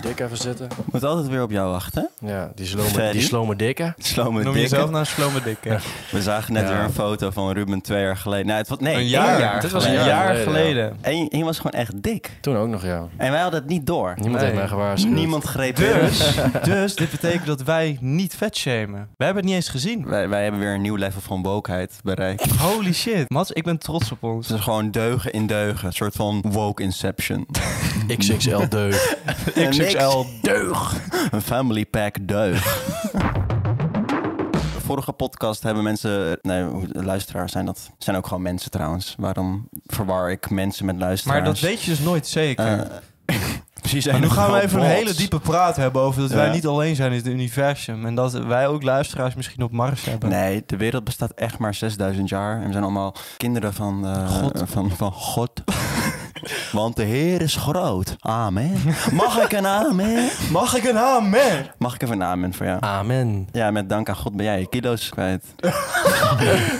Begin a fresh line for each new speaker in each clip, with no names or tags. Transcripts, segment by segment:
Dick even zitten.
Moet altijd weer op jou wachten.
Ja, die slome,
Ferry?
die slome dikke.
Slome
Noem
Dikke.
jezelf nou Slome Dik. hè?
We zagen net
Ja.
weer een foto van Ruben twee jaar geleden. Nou, het was, nee,
Een
één
jaar.
Dit was een
geleden.
jaar
geleden.
geleden,
En hij was gewoon echt dik.
Toen ook nog, ja.
En wij hadden het niet door.
Niemand
Nee.
heeft mij gewaarschuwd.
Niemand greep in.
Dus, dus dit betekent dat wij niet vet shamen. Wij hebben het niet eens gezien.
Wij, wij hebben weer een nieuw level van wokeheid bereikt.
Holy shit. Mats, ik ben trots op ons.
Het is gewoon deugen in deugen. Een soort van woke inception.
XXL deug.
XXL deug. Een family pack deug. Vorige podcast hebben mensen, nee, hoe- luisteraars zijn dat, zijn ook gewoon mensen trouwens. Waarom verwar ik mensen met luisteraars?
Maar dat weet je dus nooit zeker.
Eh, precies.
Maar nu
en
gaan we
wel
even een
bots.
hele diepe praat hebben over dat wij
Ja.
niet alleen zijn in het universum. En dat wij ook luisteraars misschien op Mars hebben.
Nee, de wereld bestaat echt maar 6000 jaar. En we zijn allemaal kinderen van eh,
God.
Van, van God. Want de Heer is groot. Amen. Mag ik een amen?
Mag ik een amen?
Mag ik even een amen voor jou?
Amen.
Ja, met dank aan God ben jij je kilo's kwijt.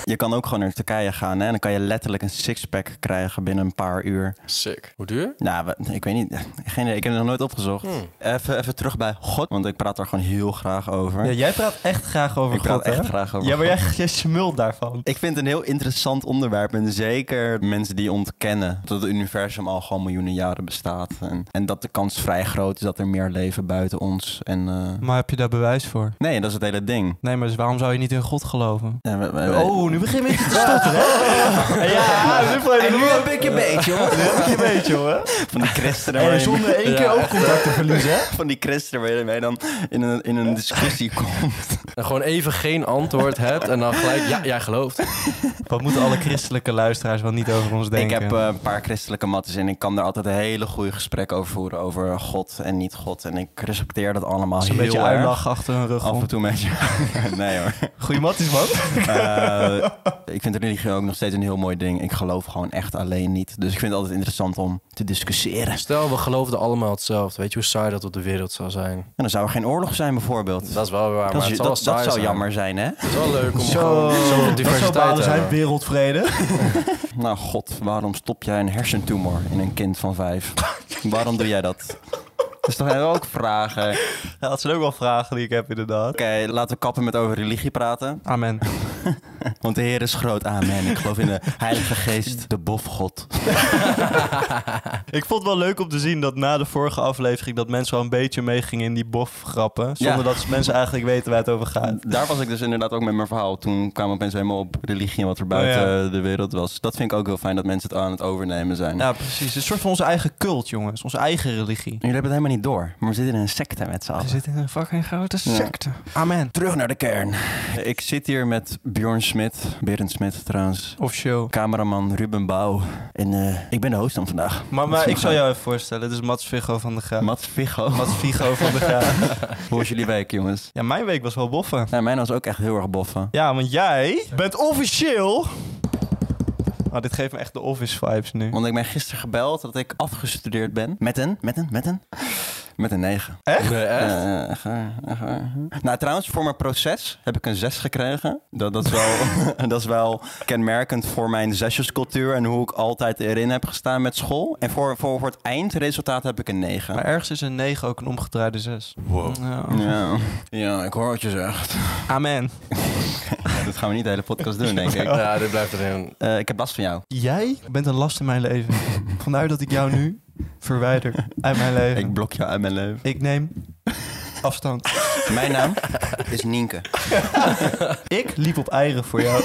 je kan ook gewoon naar Turkije gaan hè? en dan kan je letterlijk een sixpack krijgen binnen een paar uur.
Sick. Hoe duur?
Nou, we- ik weet niet. Geen idee, ik heb het nog nooit opgezocht.
Hmm.
Even, even terug bij God, want ik praat daar gewoon heel graag over.
Ja, jij praat echt graag over
ik praat
God,
echt
hè?
graag over
Ja, maar
God.
jij, jij smult daarvan.
Ik vind het een heel interessant onderwerp. En zeker mensen die ontkennen dat het universum al gewoon miljoenen jaren bestaat. En, en dat de kans vrij groot is dat er meer leven buiten ons. En, eh,
Maar heb je daar bewijs voor?
Nee, dat is het hele ding.
Nee, maar dus waarom zou je niet in God geloven?
Ja, we- we- we-
Oh, nu begin ik te stotteren, hè? Ja, nu vlees
En nu
ik
heb ik je beet, jongen.
een beetje, hoor.
Van die christenen waar
En
je-
zonder één keer
Ja.
oogcontact te verliezen, hè?
van die christenen waar je mee dan in een, in een discussie komt.
En gewoon even geen antwoord hebt en dan gelijk, ja, jij gelooft.
Wat moeten alle christelijke luisteraars wel niet over ons denken?
Ik heb eh, een paar christelijke mattes en ik kan daar altijd een hele goede gesprekken over voeren. Over God en niet God. En ik respecteer dat allemaal
Zo'n
heel
beetje
erg.
uitlachen achter hun rug
Af
om.
en toe met je. nee hoor.
Goeie matties, man.
Eh, ik vind religie ook nog steeds een heel mooi ding. Ik geloof gewoon echt alleen niet. Dus ik vind het altijd interessant om te discussiëren. En
Stel, we geloofden allemaal hetzelfde. Weet je hoe saai dat op de wereld zou zijn?
dan zou er geen oorlog zijn bijvoorbeeld.
Dat is wel waar, maar
Dat, is-
het zal
dat,
wel saai
dat zou
zijn.
jammer zijn, hè?
Het is wel leuk om
Zo,
gewoon zoveel
dat zou
diversiteit
balen
te
zijn,
hebben.
wereldvrede.
Nou god, waarom stop jij een hersentumor in een kind van vijf? waarom doe jij dat? Dus toch hebben we ook vragen. Oké,
Ja, dat zijn ook wel vragen die ik heb, inderdaad.
laten we kappen met over religie praten.
Amen.
Want de Heer is groot, amen. Ik geloof in de Heilige Geest, de bofgod.
Ik vond het wel leuk om te zien dat na de vorige aflevering... dat mensen wel een beetje meegingen in die bof-grappen. Zonder
Ja.
dat mensen eigenlijk weten waar het over gaat.
Daar was ik dus inderdaad ook met mijn verhaal. Toen kwamen opeens helemaal op religie en wat er buiten
Oh ja.
eh, de wereld was. Dat vind ik ook heel fijn dat mensen het aan het overnemen zijn.
Ja, precies. Het is een soort van onze eigen cult, jongens. Onze eigen religie.
Jullie hebben het helemaal niet door, maar we zitten in een secte met z'n allen.
zitten in een fucking grote
Ja.
Amen.
Terug naar de kern. Ik zit hier met Bjorn Smit, Berend Smit trouwens.
Of show.
Cameraman Ruben Bouw. En eh, ik ben de host dan vandaag.
Maar, maar ik zal jou even voorstellen. Dit is Mats Vigo van de Graaf.
Mats Vigo.
Mats Vigo van de Graaf.
Hoe was jullie week, jongens?
Ja, mijn week was wel boffen.
Nou, mijn was ook echt heel erg boffen.
Ja, want jij bent officieel... Oh, dit geeft me echt de office vibes nu.
Want ik ben gisteren gebeld dat ik afgestudeerd ben. Met een, met een, met een. Met een 9.
Nee, echt?
nou, trouwens, voor mijn proces heb ik een 6 gekregen. Dat, dat, is wel, dat is wel kenmerkend voor mijn zesjescultuur en hoe ik altijd erin heb gestaan met school. En voor, voor, voor het eindresultaat heb ik een 9.
Maar ergens is een 9 ook een omgedraaide 6.
Wow.
Ja. ja, ik hoor wat je zegt.
Amen.
Dat gaan we niet de hele podcast doen, denk ik.
Ja, dit blijft erin.
Eh, ik heb last van jou.
Jij bent een last in mijn leven. Vandaar dat ik jou nu verwijder uit mijn leven.
Ik
Ik,
blok jou uit mijn leven.
neem afstand.
Mijn naam is Nienke.
Ik liep op eieren voor jou.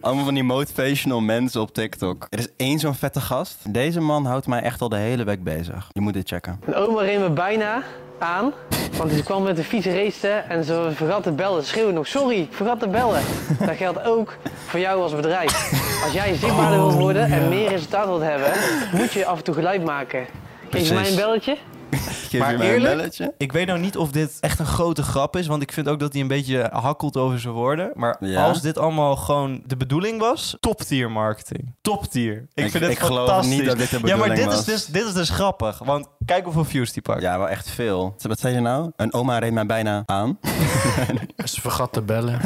Allemaal van die motivational mensen op TikTok. Er is één zo'n vette gast. Deze man houdt mij echt al de hele week bezig. Je moet dit checken.
Een oma reed me bijna aan, want ze kwam met een vieze race en ze vergat te bellen. Ze schreeuwde nog, sorry, ik vergat te bellen. Dat geldt ook voor jou als bedrijf. Als jij zichtbaarder wilt worden en meer resultaat wilt hebben, moet je af en toe geluid maken. Geef
Precies.
je mij een belletje.
Geef
Maar
je mij een
eerlijk?
belletje?
Ik weet nou niet of dit echt een grote grap is, want ik vind ook dat hij een beetje hakkelt over zijn woorden. Maar
Ja.
als dit allemaal gewoon de bedoeling was, top tier marketing. Top tier. Ik,
Ik-
vind het
ik geloof
fantastisch.
niet dat dit de
ja, maar
bedoeling
dit
was.
is dus dit is dus grappig, want kijk hoeveel views die pakt.
Ja, wel echt veel. Wat zei je nou? Een oma reed mij bijna aan.
Ze vergat te bellen.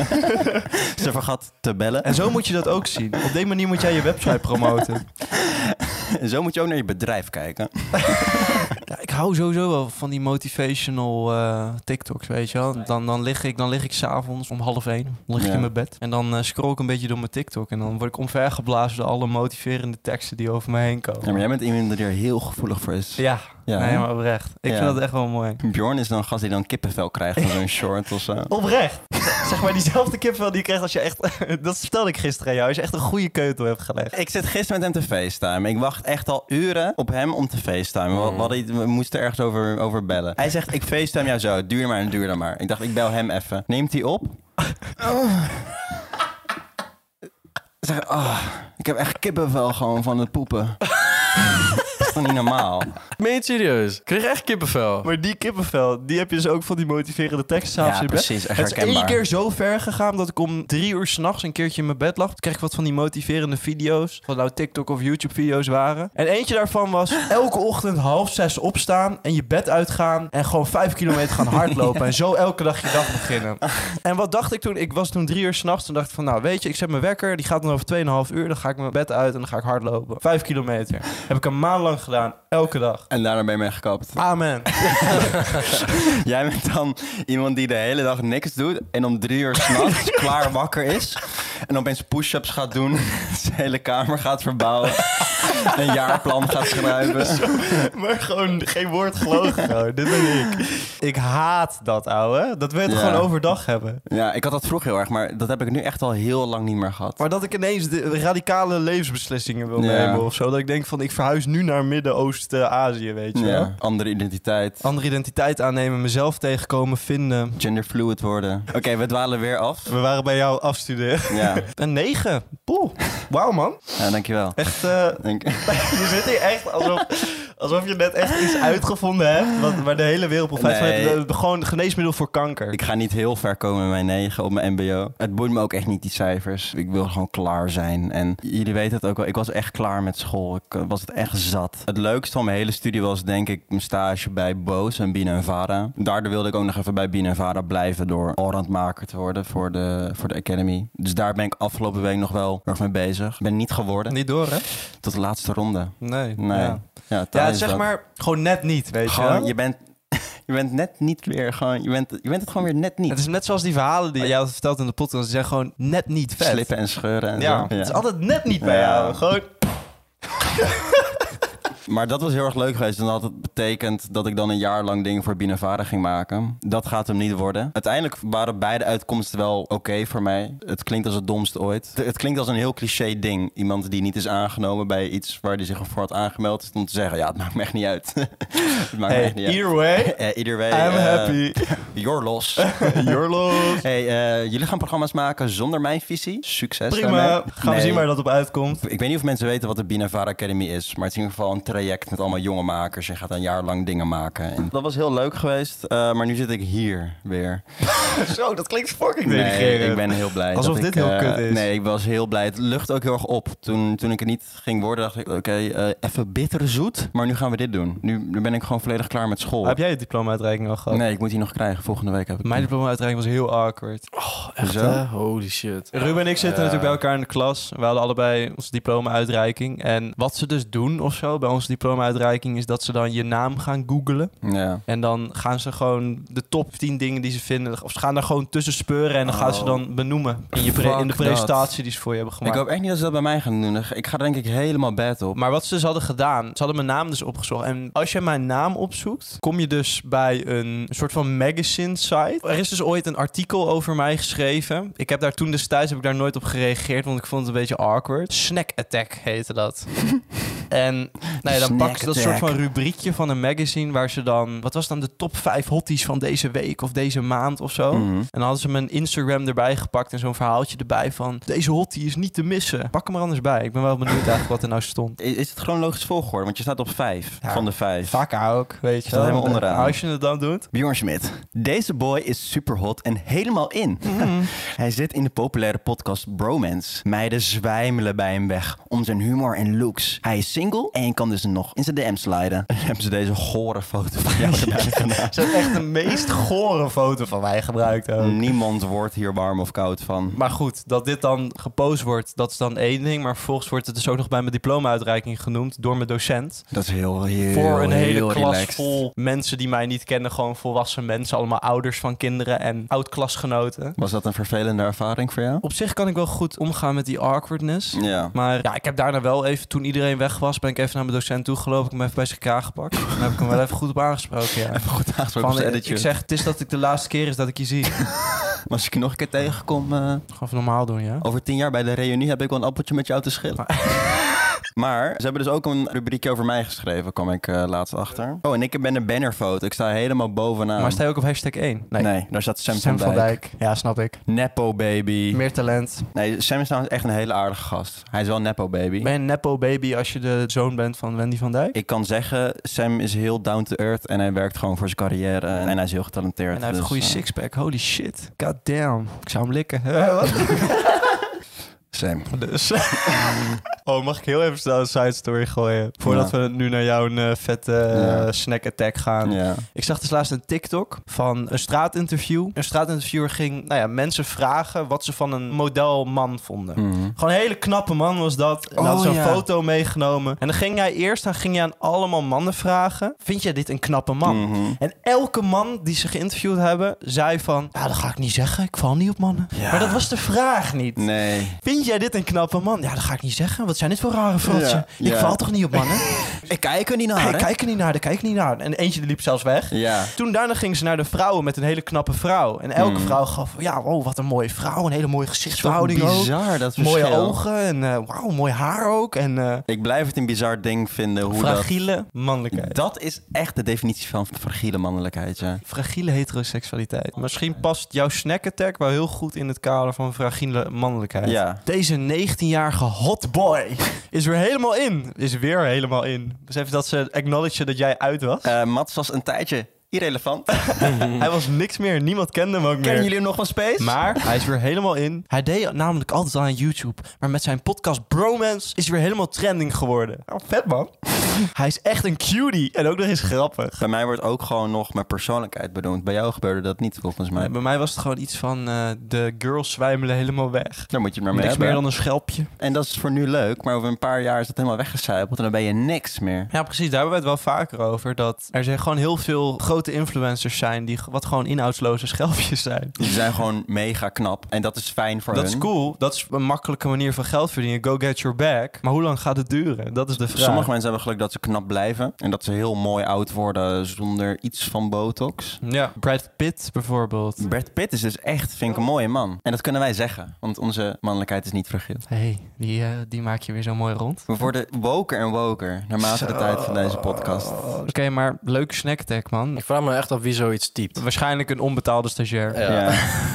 Ze vergat te bellen.
En zo moet je dat ook zien. Op deze manier moet jij je website promoten. Oh.
En zo moet je ook naar je bedrijf kijken.
Ja, ik hou sowieso wel van die motivational eh, TikToks, weet je wel. Dan, dan lig ik, dan lig ik s'avonds om half één, dan lig ik
Ja.
in mijn bed. En dan eh, scroll ik een beetje door mijn TikTok. En dan word ik omvergeblazen door alle motiverende teksten die over me heen komen.
Ja, maar jij bent iemand die er heel gevoelig voor is.
Ja,
Ja,
nee,
hè?
maar oprecht. Ik
Ja.
vind dat echt wel mooi.
Bjorn is dan een gast die dan kippenvel krijgt van zo'n short of zo.
Oprecht. zeg maar diezelfde kipvel die je krijgt als je echt... dat vertelde ik gisteren aan jou. Als je echt een goede keutel hebt gelegd.
Ik zit gisteren met hem te facetimen. Ik wacht echt al uren op hem om te facetimen. We, we hadden iets- we moesten ergens over, over bellen. Hij zegt, ik facetime jou zo. Duur maar en duur dan maar. Ik dacht, ik bel hem even. Neemt hij op? Oh. Zeg, oh, ik heb echt kippenvel gewoon van het poepen. Dat is toch niet normaal?
Meen je het serieus? Ik kreeg echt kippenvel.
Maar die kippenvel, die heb je dus ook van die motiverende tekst s'avonds
Ja,
in bed.
precies, echt
Het is één
herkenbaar.
keer zo ver gegaan dat ik om drie uur s'nachts een keertje in mijn bed lag. Toen kreeg ik wat van die motiverende video's. Wat nou TikTok of YouTube video's waren. En eentje daarvan was elke ochtend half zes opstaan en je bed uitgaan. En gewoon vijf kilometer gaan hardlopen. En zo elke dag je dag beginnen. En wat dacht ik toen? Ik was toen drie uur s'nachts. Toen dacht ik van nou weet je, ik zet mijn wekker. Die gaat dan over 2,5 uur. Dan ga ik mijn bed uit en dan ga ik hardlopen. Vijf kilometer. Heb ik een maand lang gedaan. Elke dag.
En daarna ben je mee gekapt.
Amen.
Jij bent dan iemand die de hele dag niks doet en om drie uur s'nachts klaar wakker is. En opeens push-ups gaat doen, zijn hele kamer gaat verbouwen, een jaarplan gaat schrijven.
Maar gewoon geen woord gelogen. gewoon. Dit ben ik. Ik haat dat, ouwe. Dat wil je toch
Ja.
gewoon overdag hebben.
Ja, ik had dat vroeger heel erg, maar dat heb ik nu echt al heel lang niet meer gehad.
Maar dat ik ineens de radicale levensbeslissingen wil
Ja.
nemen of zo. Dat ik denk van, ik verhuis nu naar Midden-Oosten-Azië, weet je wel.
Ja, andere identiteit,
Andere identiteit aannemen, mezelf tegenkomen, vinden.
genderfluid worden. Oké, we dwalen weer af.
We waren bij jou afstuderen.
Ja,
Een negen. Poeh. Wauw, man.
ja dankjewel.
Echt, eh,
Denk,
je zit hier echt alsof, alsof je net echt iets uitgevonden hebt... Wat, waar de hele wereld op vijf
Nee.
van- eh, Gewoon geneesmiddel voor kanker.
ik ga niet heel ver komen met mijn 9 op mijn mbo. Het boeit me ook echt niet die cijfers. Ik wil gewoon klaar zijn. En jullie weten het ook wel, ik was echt klaar met school. Ik eh, was het echt zat. Het leukste van mijn hele studie was denk ik mijn stage bij Boos en Bina en Vara. Daardoor wilde ik ook nog even bij Bina en Vara blijven door allroundmaker te worden voor de, voor de Academy. Dus daar ben ik afgelopen week nog wel erg mee bezig. Ik ben niet geworden
Niet door, hè?
tot de laatste ronde.
Nee.
Nee.
Ja.
Ja,
Ja,
taai
het
is
is zeg
dat.
maar gewoon net niet, weet je
Gewoon,
wel.
je bent... Je bent net niet weer gewoon, je bent, je bent het gewoon weer net niet.
Het is net zoals die verhalen die jij had verteld in de podcast. Die zijn gewoon net niet vet.
Slippen en scheuren en
Ja,
zo.
het is altijd net niet bij
Ja.
jou. Gewoon...
Maar dat was heel erg leuk geweest. En dat had betekend dat ik dan een jaar lang dingen voor Binavara ging maken. Dat gaat hem niet worden. Uiteindelijk waren beide uitkomsten wel oké voor mij. Het klinkt als het domst ooit. Het- Het klinkt als een heel cliché ding. Iemand die niet is aangenomen bij iets waar hij zich voor had aangemeld. is Om te zeggen, ja, het maakt me echt niet uit. het maakt me echt niet
Hey,
uit.
either way,
Eh, either way,
I'm
eh,
happy.
You're lost.
You're lost.
hey, eh, jullie gaan programma's maken zonder mijn visie. Succes
Prima.
daarmee.
Gaan we
Nee.
zien waar dat op uitkomt.
Ik weet niet of mensen weten wat de Binavara Academy is, maar het is in ieder geval een traject met allemaal jonge makers. Je gaat een jaar lang dingen maken. En dat was heel leuk geweest, eh, maar nu zit ik hier weer.
Zo, dat klinkt fucking
Nee,
denigrerend.
ik ben heel blij.
Alsof
dat
dit
ik,
heel
eh,
kut is.
Nee, ik was heel blij. Het lucht ook heel erg op. Toen, toen ik het niet ging worden, dacht ik, oké, eh, even bitter zoet. Maar nu gaan we dit doen. Nu, nu ben ik gewoon volledig klaar met school.
Heb jij je diploma-uitreiking al gehad?
Nee, ik moet die nog krijgen. Volgende week heb ik
Mijn diploma-uitreiking was heel awkward.
Echt,
Zo?
hè? Holy shit.
Ruben en ik zitten
Ja.
natuurlijk bij elkaar in de klas. We hadden allebei onze diploma-uitreiking. En wat ze dus doen of zo bij onze diploma-uitreiking... is dat ze dan je naam gaan googlen.
Ja.
En dan gaan ze gewoon de top 10 dingen die ze vinden. Of ze gaan daar gewoon tussen speuren en dan gaan ze
Oh.
dan benoemen. In, je pre-
Fuck
in de
dat.
presentatie die ze voor je hebben
Ik
gemaakt.
hoop echt niet dat ze dat bij mij gaan doen. Ik ga er denk ik helemaal bad op.
Maar wat ze dus hadden gedaan, ze hadden mijn naam dus opgezocht. En als je mijn naam opzoekt, kom je dus bij een soort van magazine site. Er is dus ooit een artikel over mij geschreven. Ik heb daar toen destijds heb ik daar nooit op gereageerd, want ik vond het een beetje awkward. Snack Attack heette dat. en nou ja, dan
Snack
pakken ze dat
Attack.
soort van rubriekje van een magazine waar ze dan, wat was dan de top 5 hotties van deze week of deze maand of zo.
Mhm.
En dan hadden ze mijn Instagram erbij gepakt en zo'n verhaaltje erbij van... Deze hottie is niet te missen. Pak hem er anders bij. Ik ben wel benieuwd eigenlijk wat er nou stond.
Is, is het chronologisch volgorde? Want je staat op vijf
Ja.
van de vijf.
Vaak ook, weet je
Staat helemaal onderaan.
Als je het dan doet.
Bjorn Schmidt. Deze boy is super hot en helemaal in. Hij zit in de populaire podcast Bromance. Meiden zwijmelen bij hem weg om zijn humor en looks. Hij is single en je kan dus nog in zijn DM sliden. En hebben ze deze gore foto van jou gedaan.
Ze hebben echt de meest gore foto van mij gebruikt ook.
Niemand wordt hier warm of koud van.
Maar goed, dat dit dan gepost wordt, dat is dan één ding. Maar vervolgens wordt het dus ook nog bij mijn diploma-uitreiking genoemd door mijn docent.
Dat is heel, heel
voor een hele
heel
klas
relaxed.
vol mensen die mij niet kennen. Gewoon volwassen mensen, allemaal ouders van kinderen en oud-klasgenoten.
Was dat een vervelende ervaring voor jou?
Op zich kan ik wel goed omgaan met die awkwardness.
Ja.
Maar ja, ik heb daarna wel even, toen iedereen weg was, ben ik even naar mijn docent toe gelopen. Ik heb hem even bij zijn kraag gepakt. Daar heb ik hem wel even goed op aangesproken, ja.
Even goed aangesproken
Van,
als
eh,
editje.
ik zeg, het is dat ik de laatste keer is dat ik je zie.
Als ik je nog een keer tegenkom, eh,
Gewoon even normaal doen, ja.
over tien jaar bij de reunie heb ik wel een appeltje met jou te schillen. Maar ze hebben dus ook een rubriekje over mij geschreven, kwam ik eh, laatst achter. Oh, en ik ben een bannerfoto. Ik sta helemaal bovenaan.
Maar sta je ook op hashtag 1?
nou. nee. daar staat Sam,
Sam
van Dijk.
Ja, snap ik.
Nepo baby.
Meer talent.
Nee, Sam is trouwens echt een hele aardige gast. Hij is wel een nepo baby.
Ben je een nepo baby als je de zoon bent van Wendy van Dijk?
Ik kan zeggen, Sam is heel down to earth en hij werkt gewoon voor zijn carrière. En hij is heel getalenteerd.
En hij heeft
dus,
een goede
eh,
sixpack. Holy shit. God damn. Ik zou hem likken.
Sam.
dus. oh, mag ik heel even snel een side story gooien? Voordat we nu naar jouw eh, vette eh,
Ja.
snack attack gaan.
Ja.
Ik zag dus laatst een TikTok van een straatinterview. Een straatinterviewer ging nou ja, mensen vragen wat ze van een modelman vonden.
Mhm.
Gewoon een hele knappe man was dat. En
Oh,
had zo'n
ja.
foto meegenomen. En dan ging jij eerst dan ging jij aan allemaal mannen vragen: Vind jij dit een knappe man?
Mhm.
En elke man die ze geïnterviewd hebben, zei van... Ja, dat ga ik niet zeggen. Ik val niet op mannen.
Ja.
Maar dat was de vraag niet.
Nee.
Vind jij dit een knappe man? Ja, dat ga ik niet zeggen. Wat zijn dit voor rare fratsen?
Ja,
Ik
ja.
val toch niet op mannen?
Ik kijk er niet naar.
ik
hè?
kijk er niet naar, ik kijk er niet naar. En eentje die liep zelfs weg.
Ja.
Toen daarna gingen ze naar de vrouwen met een hele knappe vrouw. En elke
Hmm.
vrouw gaf... Ja, wow, wat een mooie vrouw. Een hele mooie gezichtsverhouding ook.
bizar dat
Mooie
verschil.
ogen en eh, wauw, mooi haar ook. En eh,
Ik blijf het een bizar ding vinden hoe
fragiele
dat...
mannelijkheid.
Dat is echt de definitie van fragiele mannelijkheid, ja.
Fragiele heteroseksualiteit. Misschien past jouw snack attack wel heel goed in het kader van fragiele mannelijkheid.
Ja.
Deze 19-jarige hotboy is weer helemaal in. Is weer helemaal in. Dus even dat ze acknowledgen dat jij uit was.
Eh, Mats was een tijdje irrelevant.
Hij was niks meer. Niemand kende hem ook meer.
Kennen jullie hem nog van Space?
Maar hij is weer helemaal in. Hij deed namelijk altijd al aan YouTube. Maar met zijn podcast Bromance is hij weer helemaal trending geworden. Oh, vet man. hij is echt een cutie. En ook nog eens grappig.
Bij mij wordt ook gewoon nog mijn persoonlijkheid benoemd. Bij jou gebeurde dat niet, volgens mij.
Nee, bij mij was het gewoon iets van eh, de girls zwijmelen helemaal weg.
Daar moet je het maar mee
Niks meer
hebben.
dan een schelpje.
En dat is voor nu leuk, maar over een paar jaar is dat helemaal weggecijpeld en dan ben je niks meer.
Ja, precies. Daar hebben we het wel vaker over. Dat er zijn gewoon heel veel grote influencers zijn die wat gewoon inhoudsloze schelpjes zijn.
Die zijn gewoon mega knap en dat is fijn voor
Dat
hun.
is cool. Dat is een makkelijke manier van geld verdienen. Go get your bag. Maar hoe lang gaat het duren? Dat is de vraag.
Sommige mensen hebben geluk dat ze knap blijven en dat ze heel mooi oud worden zonder iets van botox.
Ja, Brad Pitt bijvoorbeeld.
Brad Pitt is dus echt, vind ik, een mooie man. En dat kunnen wij zeggen, want onze mannelijkheid is niet fragiel.
hey, die, eh, die maak je weer zo mooi rond.
We worden woker en woker naarmate de tijd van deze podcast.
Oké, maar leuke snacktag, man.
Ik vraag me echt af wie zoiets typt.
Waarschijnlijk een onbetaalde stagiair.
Ja.
Ja.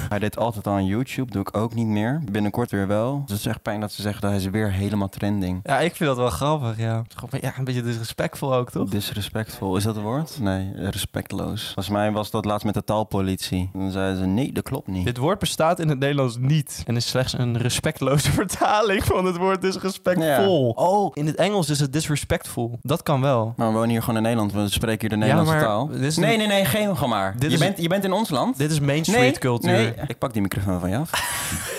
Hij deed altijd al aan YouTube, doe ik ook niet meer. Binnenkort weer wel. Dus het is echt pijn dat ze zeggen dat hij is weer helemaal trending.
Ja, ik vind dat wel grappig, ja. Het is gewoon, Ja, een beetje disrespectvol ook, toch?
Disrespectvol, is dat het woord? Nee, respectloos. Volgens mij was dat laatst met de taalpolitie. Dan zeiden ze, nee, dat klopt niet.
Dit woord bestaat in het Nederlands niet. En is slechts een respectloze vertaling van het woord disrespectvol. Oh, in het Engels is het disrespectful. Dat kan wel.
Maar we wonen hier gewoon in Nederland, we spreken hier de Nederlandse
maar
taal.
dit is
Nee,
een-
nee, nee, geen gewoon maar.
Dit
Je
is-
bent, je bent in ons land.
Dit is Main Street cultuur.
nee. Ik pak die microfoon van je af.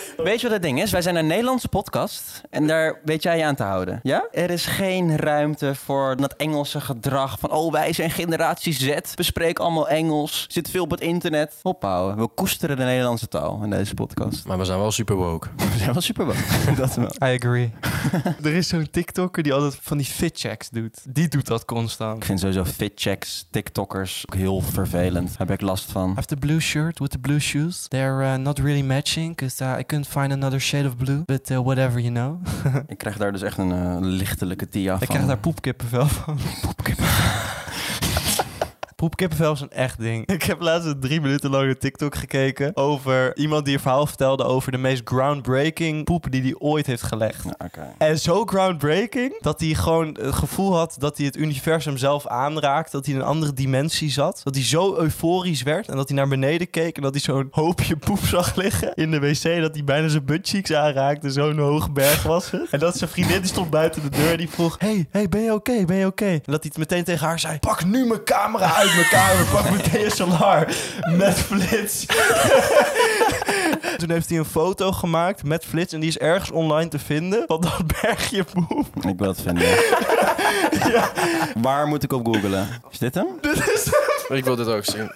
Weet je wat het ding is? Wij zijn een Nederlandse podcast en daar weet jij je aan te houden. Ja? Er is geen ruimte voor dat Engelse gedrag van oh wij zijn generatie Z, we spreken allemaal Engels, zit veel op het internet. Ophouden. We koesteren de Nederlandse taal in deze podcast.
Maar we zijn wel super woke.
We zijn wel super bang. dat wel.
I agree. er is zo'n TikToker die altijd van die fitchecks doet. Die doet dat
Ik
constant.
vind sowieso fitchecks, TikTokkers ook heel vervelend. Daar heb ik last van.
I have the blue shirt with the blue shoes. They're uh, not really matching, because I couldn't find another shade of blue. But uh, whatever, you know.
Ik krijg daar dus echt een eh, lichtelijke tia van.
Ik krijg daar poepkippenvel van. Poepkippenvel. Poepkippenvel is een echt ding. Ik heb laatst een drie minuten lange TikTok gekeken over iemand die een verhaal vertelde over de meest groundbreaking poep die hij ooit heeft gelegd.
Oké.
En zo groundbreaking dat hij gewoon het gevoel had dat hij het universum zelf aanraakte. Dat hij in een andere dimensie zat. Dat hij zo euforisch werd en dat hij naar beneden keek. En dat hij zo'n hoopje poep zag liggen in de wc. Dat hij bijna zijn buttcheeks aanraakte. Zo'n hoge berg was het. En dat zijn vriendin die stond buiten de deur. Die vroeg: Hey, hey ben je oké? Ben je oké? En dat hij het meteen tegen haar zei: Pak nu mijn camera uit mijn kamer. Pak mijn DSLR met flits. Toen heeft hij een foto gemaakt met flits. En die is ergens online te vinden. Van dat bergje poep.
Ik wil het vinden. Waar moet ik op googlen? Is dit hem?
Dit is
Ik wil dit ook zien.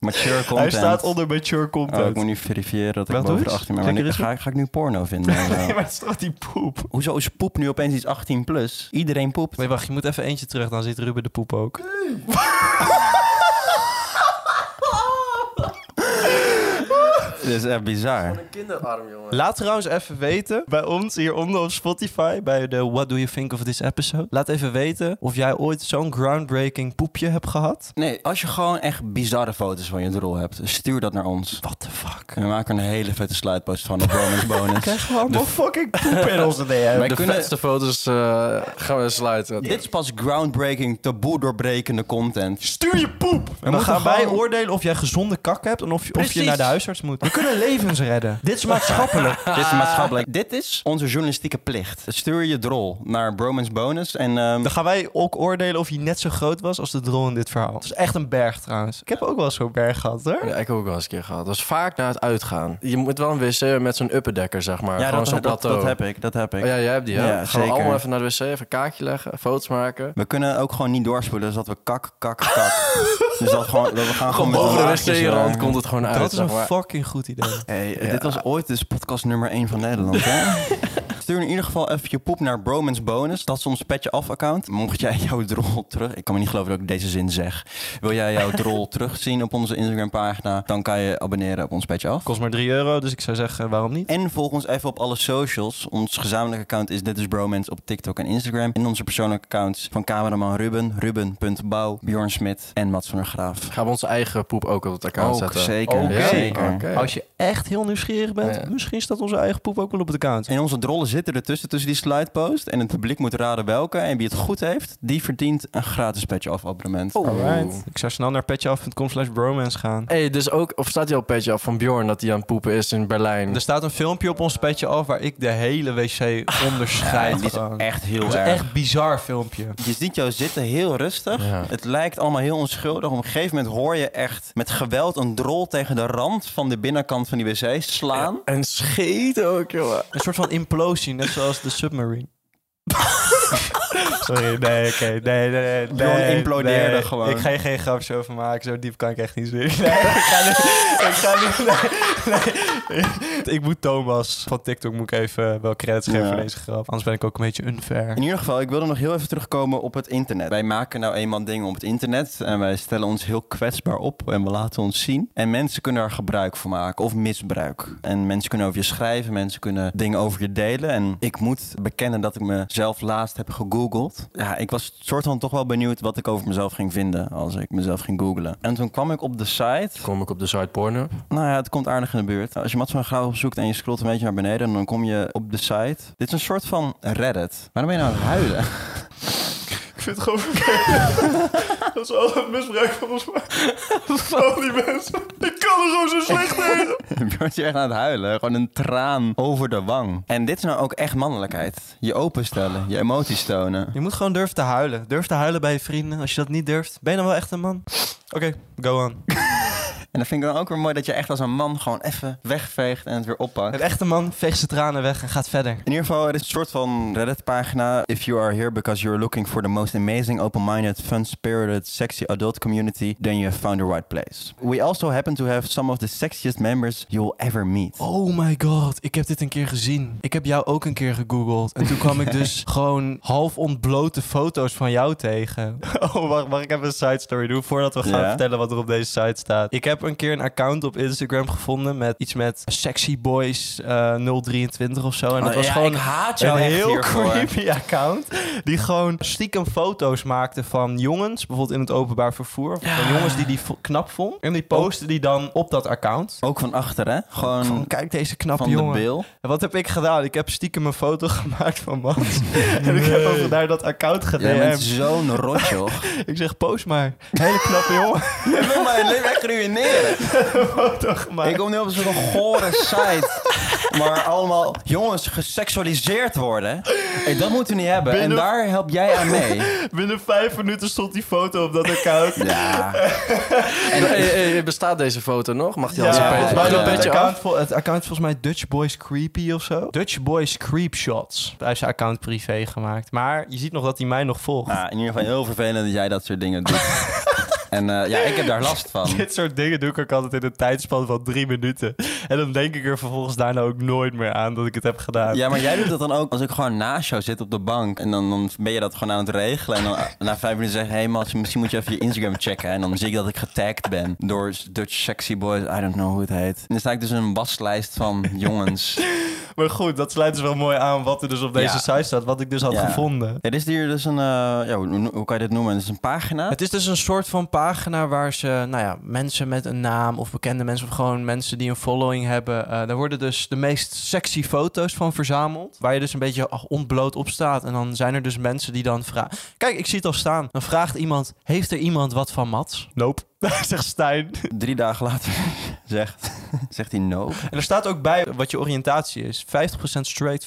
Mature content.
Hij staat onder mature
Oh, ik
content.
moet nu verifiëren dat ik
Wel, doe
boven de
eens.
18 ben.
Check
Maar nu-
er eens op.
ga, ik- ga ik nu porno vinden? of zo?
Nee, maar het staat die poep.
Hoezo is poep nu opeens iets 18 plus? Iedereen poept.
Nee, wacht, je moet even eentje terug, dan zit Ruben de poep ook.
Dit is echt bizar.
Kinderarm, jongen.
Laat trouwens even weten, bij ons hieronder op Spotify, bij de What Do You Think of This Episode. Laat even weten of jij ooit zo'n groundbreaking poepje hebt gehad.
Nee, als je gewoon echt bizarre foto's van je drol hebt, stuur dat naar ons.
What the fuck?
En we maken een hele vette sluitpost van op Romans Bonus.
Krijg gewoon allemaal fucking poep in onze DM.
Wij
de
kunnen-
vetste foto's eh, gaan we sluiten.
Dit is pas groundbreaking, taboe doorbrekende content.
Stuur je poep! En dan
moeten
gaan wij
gewoon-
oordelen of jij gezonde kak hebt en of je, of je
Precies.
naar de huisarts moet. We kunnen levens redden. Dit is maatschappelijk.
Dit is maatschappelijk. Dit is onze journalistieke plicht. Stuur je drol naar Bromans Bonus en... ehm,
Dan gaan wij ook oordelen of hij net zo groot was als de drol in dit verhaal. Het is echt een berg trouwens. Ik heb ook wel eens zo'n berg gehad hoor.
Ja, ik heb ook wel eens een keer gehad. Dat is vaak na het uitgaan. Je moet wel een wc met zo'n upperdekker, zeg maar.
ja,
Gewoon
dat,
zo'n
dat, dat,
plateau.
heb ik. Dat heb ik.
Oh, ja, jij hebt die, hè?
Ja,
Gaan
zeker.
we allemaal even naar de wc, even een kaartje leggen, foto's maken.
We kunnen ook gewoon niet doorspoelen, zodat we kak, kak, kak. dus dat gewoon, dat we gaan gewoon met
Boven de
laagjes, eh,
wc-rand komt het gewoon uit,
Dat is
zeg
een
maar.
fucking goed idee.
Hey, Dit was ooit dus podcast nummer 1 van Nederland, hè? Stuur in ieder geval even je poep naar Bromans Bonus. Dat is ons petje af account. Mocht jij jouw drol terug... Ik kan me niet geloven dat ik deze zin zeg. Wil jij jouw drol terugzien op onze Instagram pagina? Dan kan je abonneren op ons petje af.
Kost maar 3 euro, dus ik zou zeggen, waarom niet?
En volg ons even op alle socials. Ons gezamenlijke account is Dit is Bromance op TikTok en Instagram. En onze persoonlijke accounts van cameraman Ruben, ruben.bouw, Bjorn Smit en Mats van der Graaf.
Gaan we onze eigen poep ook op het account
Ook,
zetten?
zeker,
Oké.
zeker.
Oké.
Als je echt heel nieuwsgierig bent,
Ja.
misschien staat onze eigen poep ook wel op het account.
En onze drollen zitten ertussen, tussen die slidepost. En het publiek moet raden welke. En wie het goed heeft, die verdient een gratis petje af abonnement.
Alright. Ik zou snel naar petjeaf.com slash bromance gaan.
hey, dus ook, of staat jouw petje af van Bjorn dat hij aan het poepen is in Berlijn?
Er staat een filmpje op ons petje af waar ik de hele wc
Ja,
onderscheid
die is
gewoon.
echt
Dat
heel
is
erg.
een echt bizar filmpje.
Je ziet jou zitten heel rustig.
Ja.
Het lijkt allemaal heel onschuldig. Op een gegeven moment hoor je echt met geweld een drol tegen de rand van de binnenkant van die wc slaan.
En scheet ook, jongen.
Een soort van implosie, net zoals de submarine. Sorry, nee, oké. nee, nee, nee.
Bjorn
nee,
implodeerde
nee.
gewoon.
Ik ga hier geen grapje over maken, zo diep kan ik echt niet zingen. Nee, ik ga niet. Ik, ga niet nee, nee. ik moet Thomas van TikTok moet ik even wel credits geven
Ja.
voor deze grap. Anders ben ik ook een beetje unfair.
In ieder geval, ik wilde nog heel even terugkomen op het internet. Wij maken nou eenmaal dingen op het internet en wij stellen ons heel kwetsbaar op en we laten ons zien. En mensen kunnen er gebruik van maken of misbruik. En mensen kunnen over je schrijven, mensen kunnen dingen over je delen. En ik moet bekennen dat ik mezelf laatst heb gegoogeld. Ja, ik was soort van toch wel benieuwd wat ik over mezelf ging vinden als ik mezelf ging googlen. En toen kwam ik op de site
Kom ik op de site porno.
nou ja, het komt aardig in de buurt. Als je Mats van Grauw opzoekt en je scrolt een beetje naar beneden, dan kom je op de site. Dit is een soort van Reddit. Waarom ben je nou aan het huilen?
Ik vind het gewoon verkeerd. dat is al het misbruik van ons. Van die mensen. Ik kan er gewoon zo slecht tegen.
Bjorn is echt aan het huilen. Gewoon een traan over de wang. En dit is nou ook echt mannelijkheid. Je openstellen, je emoties tonen.
Je moet gewoon durven te huilen. Durf te huilen bij je vrienden. Als je dat niet durft, ben je dan wel echt een man. Oké, go on.
En dat vind ik dan ook weer mooi dat je echt als een man gewoon even wegveegt en het weer oppakt.
Een echte man veegt zijn tranen weg en gaat verder.
In ieder geval, er is een soort van Reddit-pagina. If you are here because you're looking for the most amazing, open-minded, fun-spirited, sexy adult community, then you have found the right place. We also happen to have some of the sexiest members you will ever meet.
Oh my god, ik heb dit een keer gezien. Ik heb jou ook een keer gegoogeld. En toen kwam ik dus gewoon half ontblote foto's van jou tegen. Oh, mag, mag ik even een side story doen voordat we gaan
Ja.
vertellen wat er op deze site staat? Ik heb een keer een account op Instagram gevonden met iets met sexy boys eh, 023 of zo. En dat
Oh,
was
ja,
gewoon
ik haat
een
jou echt
heel
hiervoor.
creepy account. Die gewoon stiekem foto's maakte van jongens, bijvoorbeeld in het openbaar vervoer. of Van jongens die die vo- knap vond. En die postte die dan op dat account.
Ook van achter, hè? Gewoon
Van kijk deze knappe
van
jongen.
de bil.
En wat heb ik gedaan? Ik heb stiekem een foto gemaakt van Mans. En ik heb ook naar dat account
Jij bent
gedm'd.
zo'n rotje, joh.
Ik zeg, post maar. Hele knappe jongen.
Je wil mijn leven echt ruïneren.
foto gemaakt.
Ik kom nu op zo'n gore site waar allemaal jongens geseksualiseerd worden. Hey, dat moeten we niet hebben. En
Binnen-
daar help jij aan mee.
Binnen vijf minuten stond die foto op dat account.
Ja.
Hey, hey, hey, bestaat deze foto nog? Mag die al zijn
ja,
petje,
volgens mij
zijn
wel een
petje
het,
af?
account, vol- het account is volgens mij Dutch Boys Creepy of zo. Dutch Boys Creepshots. Hij is zijn account privé gemaakt. Maar je ziet nog dat hij mij nog volgt.
Nou, in ieder geval heel vervelend dat jij dat soort dingen doet. en eh, ja, ik heb daar last van.
Dit soort dingen doe ik ook altijd in een tijdspan van drie minuten. En dan denk ik er vervolgens daarna ook nooit meer aan dat ik het heb gedaan.
Ja, maar jij doet dat dan ook als ik gewoon naast jou zit op de bank. En dan, dan ben je dat gewoon aan het regelen. En dan eh, na vijf minuten zeg je, hé hey, Mats, misschien moet je even je Instagram checken. En dan zie ik dat ik getagd ben door Dutch Sexy Boys. I don't know hoe het heet. En dan sta ik dus in een waslijst van jongens.
Maar goed, dat sluit dus wel mooi aan wat er dus op deze
Ja.
site staat. Wat ik dus had
Ja.
gevonden.
Er is hier dus een, eh, ja, hoe, hoe kan je dit noemen? Het is een pagina.
Het is dus een soort van pagina waar ze, nou ja, mensen met een naam of bekende mensen of gewoon mensen die een following hebben. eh, daar worden dus de meest sexy foto's van verzameld. Waar je dus een beetje ach, ontbloot op staat. En dan zijn er dus mensen die dan vragen. Kijk, ik zie het al staan. Dan vraagt iemand: Heeft er iemand wat van Mats? Nope. Zegt Stijn.
Drie dagen later zegt, zegt hij no.
En er staat ook bij wat je oriëntatie is: 50% straight, 50%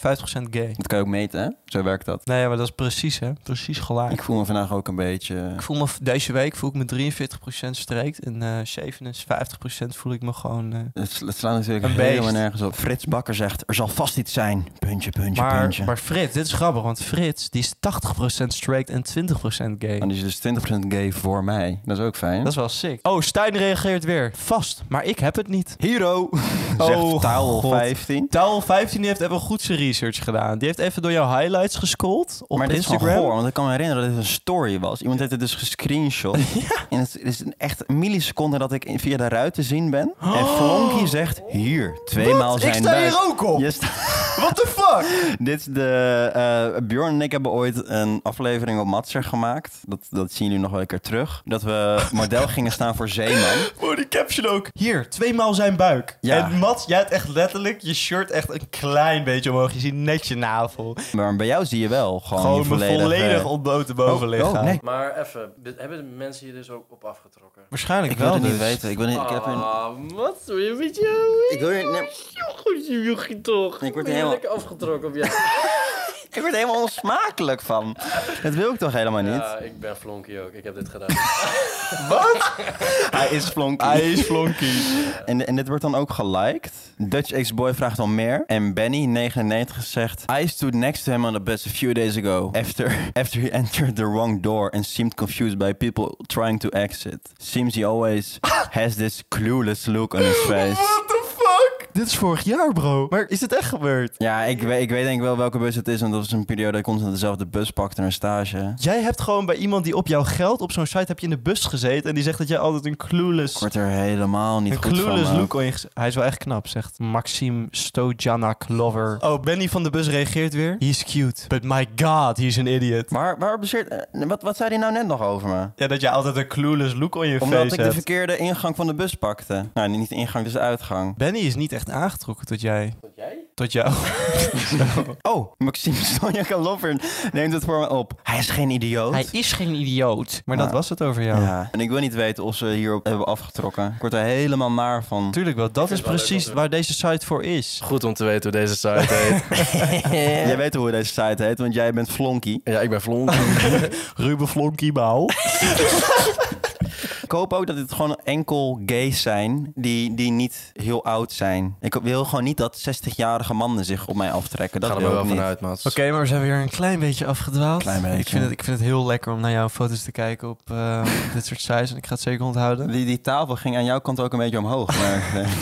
gay.
Dat kan je ook meten, hè? Zo werkt dat.
Nee, maar dat is precies, hè? Precies gelijk.
Ik voel me vandaag ook een beetje...
Ik voel me v- deze week voel ik me 43% streekt en eh 57% voel ik me gewoon. eh,
Het sla- het slaat natuurlijk
Een
helemaal
beest.
nergens op. Frits Bakker zegt, er zal vast iets zijn. Puntje, puntje,
maar,
puntje.
maar Frits, dit is grappig, want Frits die is 80% straight en 20% gay.
En die is dus 20% gay voor mij. Dat is ook fijn.
Dat is wel sick. Oh, Stijn reageert weer. Vast, maar ik heb het niet.
Hero,
Oh,
zegt Taal
God.
15.
Taal 15 heeft even goed zijn research gedaan. Die heeft even door jouw highlights gescrolld op
maar dit is
Instagram.
gewoon goor, want ik kan me herinneren dat dit een story was. Iemand heeft het dus gescreenshot. En het is een echt een milliseconde dat ik in- via de ruit te zien ben. En
Oh.
Flonky zegt, hier, twee maal zijn buik.
ook op.
Je staat-
What the fuck?
Dit is de. eh, Bjorn en ik hebben ooit een aflevering op Matser gemaakt. Dat, dat zien jullie nog wel een keer terug. Dat we model gingen staan voor Zeeman.
Oh, die caption ook. Hier, tweemaal zijn buik.
Ja.
En Mats, jij hebt echt letterlijk je shirt echt een klein beetje omhoog. Je ziet net je navel.
Maar bij jou zie je wel gewoon.
Gewoon
je
me
volledige-
volledig ontboten bovenlichaam.
Oh, oh, nee.
Maar even, dit- hebben de mensen hier dus ook op afgetrokken?
Waarschijnlijk
Ik wil
wel
het niet
dus.
weten. Ik, wil niet, ik heb een.
Ah, wat? Wil je een beetje...
Ik wil hier- nee,
Goed, je jochie toch.
Ik word
Ben je
helemaal-
lekker afgetrokken op jou.
ik word helemaal onsmakelijk van. Dat wil ik toch helemaal niet?
Ja, ik ben flonkie ook. Ik heb dit gedaan.
Hij is flonky.
Hij is flonky.
En, en dit wordt dan ook geliked. Dutch ex-boy vraagt dan meer. En Benny99 zegt... I stood next to him on the bus a few days ago. After, after he entered the wrong door and seemed confused by people trying to exit. Seems he always has this clueless look on his face.
the fuck? Dit is vorig jaar, bro. Maar is het echt gebeurd?
Ja, ik weet, ik weet denk ik wel welke bus het is. Want dat was een periode dat ik constant dezelfde bus pakte naar stage.
Jij hebt gewoon bij iemand die op jouw geld op zo'n site heb je in de bus gezeten en die zegt dat jij altijd een
Ik
clueless,
word er helemaal niet
een
goed van.
clueless
man.
look on je gezicht- Hij is wel echt knap, zegt Maxime Stojanak Lover. Oh, Benny van de bus reageert weer. He's cute, but my god, he's an idiot.
Maar waar baseert... eh, Wat, wat zei hij nou net nog over me?
Ja, dat jij altijd een clueless look on je
Omdat
face
ik de
hebt.
verkeerde ingang van de bus pakte. Nou, niet de ingang, dus de uitgang.
Benny is niet echt aangetrokken tot jij.
Tot jij?
Tot jou.
Oh, Maxime Stonjaka Loffert neemt het voor me op. Hij is geen idioot.
is geen idioot. Maar dat
Ja.
was het over jou.
Ja. En ik wil niet weten of ze hierop hebben afgetrokken. Ik word er helemaal naar van.
Tuurlijk wel, dat is
het wel leuk
precies
om te-
waar deze site voor is.
Goed om te weten hoe deze site heet.
Jij weet hoe deze site heet, want jij bent flonky.
ja, ik ben flonkie.
Ruben Flonkiebouw.
Ik hoop ook dat dit gewoon enkel gays zijn die, die niet heel oud zijn. Ik wil gewoon niet dat 60-jarige mannen zich op mij aftrekken. Dat
Ga er
wil
maar
ik
wel
niet.
vanuit, Mats.
Oké, maar we zijn weer een klein beetje afgedwaald.
Klein beetje.
Ik vind het, ik vind het heel lekker om naar jouw foto's te kijken op eh, dit soort sites. En ik ga het zeker onthouden.
Die, die tafel ging aan jouw kant ook een beetje omhoog. Maar, eh,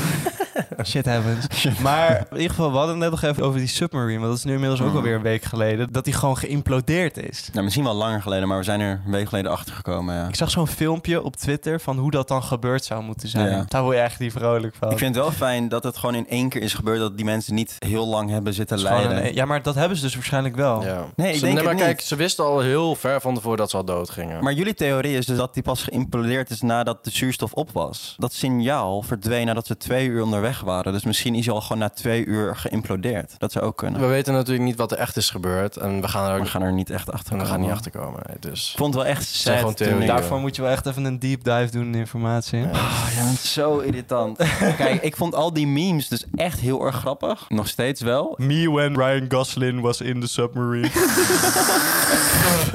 Shit happens. Maar in ieder geval, we hadden het net nog even over die submarine. Want dat is nu inmiddels
Mm.
ook alweer een week geleden. Dat die gewoon geïmplodeerd is.
Nou, misschien wel langer geleden, maar we zijn er een week geleden achter gekomen. Ja.
Ik zag zo'n filmpje op Twitter van hoe dat dan gebeurd zou moeten zijn.
Ja.
Daar word je echt niet vrolijk van.
Ik vind het wel fijn dat het gewoon in één keer is gebeurd. Dat die mensen niet heel lang hebben zitten
Het is gewoon
lijden.
een- ja, maar dat hebben ze dus waarschijnlijk wel.
Ja.
Nee, ik
Ze-
denk
maar
het niet.
kijk, ze wisten al heel ver van tevoren dat ze al dood
e-
gingen.
Maar jullie theorie is dus dat die pas geïmplodeerd is nadat de zuurstof op was. Dat signaal verdween nadat ze twee uur onderweg waren. Dus misschien is hij al gewoon na twee uur geïmplodeerd. Dat zou ook kunnen.
we weten natuurlijk niet wat er echt is gebeurd. En we gaan er
We
ook
gaan er niet echt achter
we gaan
komen.
niet achter komen. Dus.
Ik vond het wel echt sad.
gewoon
toen
theorieën.
ik-
Dus Daarvoor moet je wel echt even een deep dive doen in de informatie.
Ah, jij bent zo irritant. Kijk, ik vond al die memes dus echt heel erg grappig. Nog steeds wel.
Me when Ryan Gosling was in the submarine.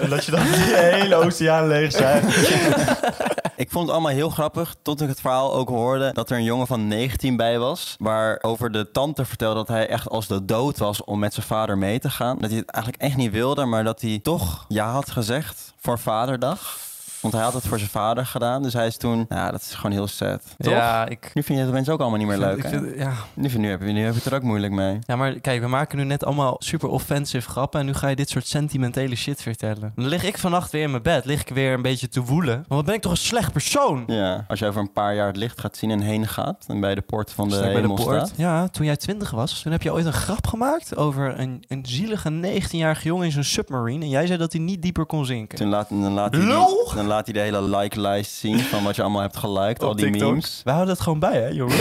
en dat je dan die hele oceaan leeg zijn.
Ik vond het allemaal heel grappig tot ik het verhaal ook hoorde dat er een jongen van 19 bij was. Waarover de tante vertelde dat hij echt als de dood was om met zijn vader mee te gaan. Dat hij het eigenlijk echt niet wilde, maar dat hij toch ja had gezegd voor vaderdag. Want hij had het voor zijn vader gedaan. Dus hij is toen. Ja, dat is gewoon heel sad. Toch?
Ja, ik...
Nu vind je het mensen ook allemaal niet meer leuk.
ik
hè?
vind- ja.
Nu, vind- nu, heb je, nu heb je het er ook moeilijk mee.
ja, maar kijk, we maken nu net allemaal super offensive grappen... en nu ga je dit soort sentimentele shit vertellen. Dan lig ik vannacht weer in mijn bed, lig ik weer een beetje te woelen. Want wat ben ik toch een slecht persoon?
Ja, als je over een paar jaar het licht gaat zien en heen gaat. En bij de poort van de
Sta ik
hemel staat.
Ja, toen jij twintig was, toen heb je ooit een grap gemaakt... over een, een zielige 19-jarige jongen in zo'n submarine... en jij zei dat hij niet dieper kon zinken.
Toen laat, dan, laat hij die-
Lul!
dan laat hij de hele like-lijst zien van wat je allemaal hebt geliked.
Op
al die
TikTok.
memes.
We houden dat gewoon bij, hè, jongen?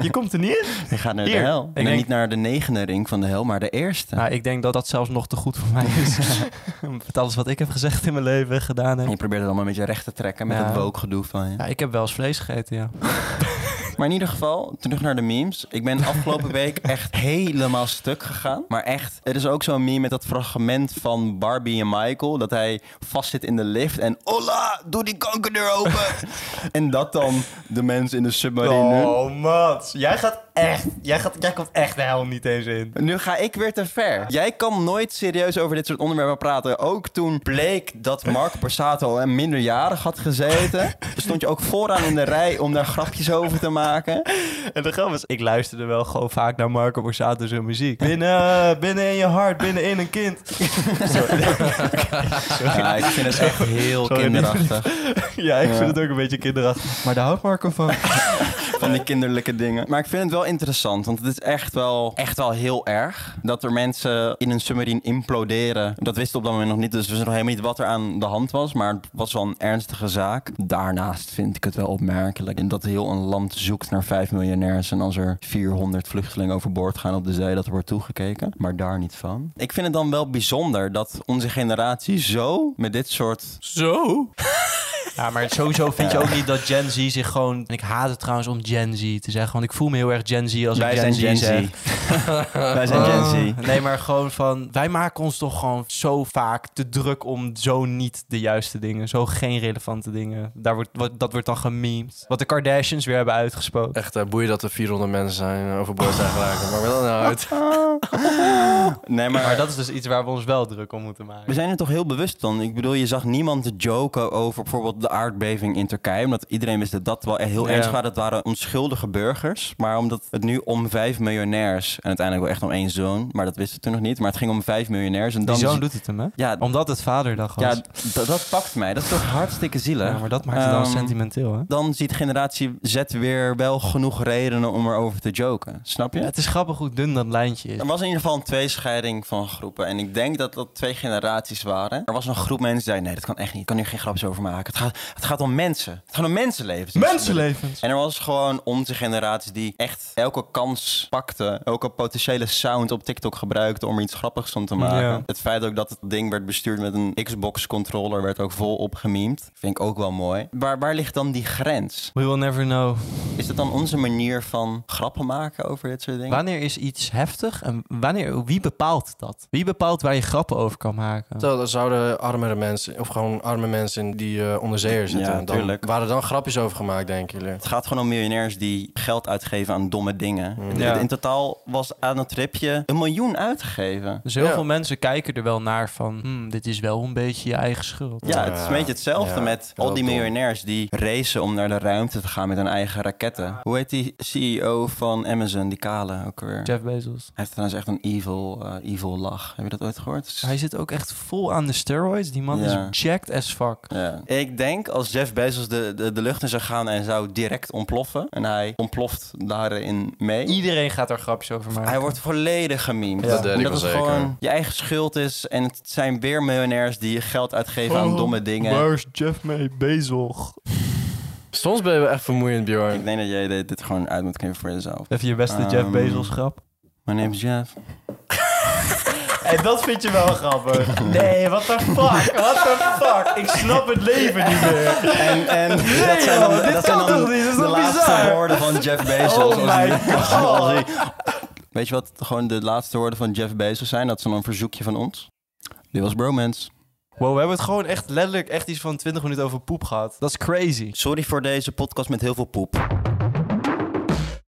je komt er niet in.
Je gaat naar
Hier.
de hel.
Ik
En
denk-
niet naar de negende ring van de hel, maar de eerste.
Nou, ik denk dat dat zelfs nog te goed voor mij is. Met alles wat ik heb gezegd in mijn leven, gedaan
En
heb.
je probeert het allemaal een beetje recht te trekken met
Ja.
het woke gedoe van je.
Ja, ik heb wel eens vlees gegeten, ja.
Maar in ieder geval, terug naar de memes. Ik ben afgelopen week echt helemaal stuk gegaan. Maar echt, er is ook zo'n meme met dat fragment van Barbie en Michael. Dat hij vastzit in de lift en... Hola, doe die kankerdeur open! en dat dan de mensen in de submarine
Oh.
doen.
Mats. Jij gaat echt... Jij, gaat, jij komt echt de hel niet eens in.
Nu ga ik weer te ver. Jij kan nooit serieus over dit soort onderwerpen praten. Ook toen bleek dat Marco Borsato een minderjarig had gezeten. stond je ook vooraan in de rij om daar grapjes over te maken.
En de grap is, ik luisterde wel gewoon vaak naar Marco Borsato zijn muziek. Binnen, eh, binnen in je hart, binnen in een kind.
Ja, ik vind het echt heel
Sorry,
kinderachtig.
Ja, ik
Ja.
vind het ook een beetje kinderachtig. Maar daar houdt Marco van.
Van die kinderlijke dingen. Maar ik vind het wel interessant. Want het is echt wel, echt wel heel erg. Dat er mensen in een submarine imploderen. Dat wisten we op dat moment nog niet. Dus we wisten nog helemaal niet wat er aan de hand was. Maar het was wel een ernstige zaak. Daarnaast vind ik het wel opmerkelijk. En dat heel een land zoekt naar vijf miljonairs. En als er 400 vluchtelingen overboord gaan op de zee. Dat er wordt toegekeken. Maar daar niet van. Ik vind het dan wel bijzonder dat onze generatie zo met dit soort...
Zo?
Ja, maar sowieso vind je ook niet dat Gen Z zich gewoon... En ik haat het trouwens om Gen Z te zeggen, want ik voel me heel erg Gen Z als
Wij
ik Gen
zijn
Z
Gen
zeg.
Z. Oh. Wij zijn Gen Z.
Nee, maar gewoon van... Wij maken ons toch gewoon zo vaak te druk om zo niet de juiste dingen. Zo geen relevante dingen. Daar wordt, wat, dat wordt dan gememed. Wat de Kardashians weer hebben uitgesproken.
Echt eh, boeien dat er 400 mensen zijn eh, overboord zijn geraakt. Maar wel dat nou uit.
Nee,
Maar dat is dus iets waar we ons wel druk om moeten maken.
We zijn er toch heel bewust van. Ik bedoel, je zag niemand joken over bijvoorbeeld de aardbeving in Turkije. Omdat iedereen wist dat dat wel echt heel
Ja.
ernstig was. Dat waren onschuldige burgers. Maar omdat het nu om vijf miljonairs... en uiteindelijk wel echt om één zoon. Maar dat wisten we toen nog niet. Maar het ging om vijf miljonairs. En
Die
dan
zoon doet Oh, het hem, hè?
Ja,
Omdat het vaderdag was.
ja d- dat pakt mij. Dat is toch hartstikke zielig.
Ja, maar dat maakt het dan
Ehm,
sentimenteel, hè?
Dan ziet generatie Z weer wel genoeg redenen om erover te joken. Snap je?
Het is grappig hoe dun dat lijntje is.
Er was in ieder geval een tweescheiding van groepen. En ik denk dat dat twee generaties waren. Er was een groep mensen die zei... nee, dat kan echt niet. Ik kan hier geen grapjes over maken. Het gaat, het gaat om mensen. Het gaat om mensenlevens.
Mensenlevens!
En er was gewoon onze generatie die echt elke kans pakte. Elke potentiële sound op TikTok gebruikte om er iets grappigs van te maken.
Ja.
Het feit ook dat het ding werd bestuurd met een Xbox-controller... werd ook vol opgemiemd. Vind ik ook wel mooi. Waar, waar ligt dan die grens?
We will never know.
Is dat dan onze manier van grappen maken over dit soort dingen?
Wanneer is iets heftig en wanneer, wie bepaalt dat? Wie bepaalt waar je grappen over kan maken?
Stel, er zouden armere mensen, of gewoon arme mensen die eh, onder zeer zitten.
Ja,
Dan
tuurlijk.
Waren er dan grapjes over gemaakt, denken jullie?
Het gaat gewoon om miljonairs die geld uitgeven aan domme dingen.
Mm.
Ja.
In totaal was aan dat tripje een miljoen uitgegeven.
Dus heel
Ja.
veel mensen kijken er wel naar van... "Hmm, dit is wel een beetje je eigen schuld.
Ja,
Ja.
het is een beetje hetzelfde
Ja,
met
wel
al die
dom.
miljonairs die racen om naar de ruimte te gaan met hun eigen raketten. Hoe heet die CEO van Amazon, die kale ook weer?
Jeff Bezos.
Hij heeft trouwens echt een evil, eh, evil lach. Heb je dat ooit gehoord?
Hij zit ook echt vol aan de steroids. Die man
Ja.
is jacked as fuck.
Ja. Ik denk als Jeff Bezos de, de, de lucht in zou gaan en zou direct ontploffen. En hij ontploft daarin mee.
Iedereen gaat daar grapjes over maken.
Hij wordt volledig gememd.
Ja. Dat deed ik
Omdat
wel
het
zeker.
gewoon je eigen schuld is. En het zijn weer miljonairs die je geld uitgeven aan domme dingen.
Oh, is Jeff mee bezig?
Soms ben je wel echt vermoeiend, Bjorn.
Ik denk dat jij dit, dit gewoon uit moet knippen voor jezelf.
Even je beste Jeff
Ehm.
Bezos grap.
My name is Jeff.
En dat vind je wel grappig. Nee, what the fuck? What the fuck? Ik snap het leven niet meer.
En, en dat zijn
joh,
dan,
dit
dat zijn
kan
dan
toch niet? Dat is
de
toch
laatste
bizar?
woorden van Jeff Bezos.
Oh
Als hij-
my
als hij-
God.
Weet je wat gewoon de laatste woorden van Jeff Bezos zijn? Dat is dan een verzoekje van ons. Dit was bromance.
Wow, we hebben het gewoon echt letterlijk echt iets van 20 minuten over poep gehad. Dat is crazy.
Sorry voor deze podcast met heel veel poep.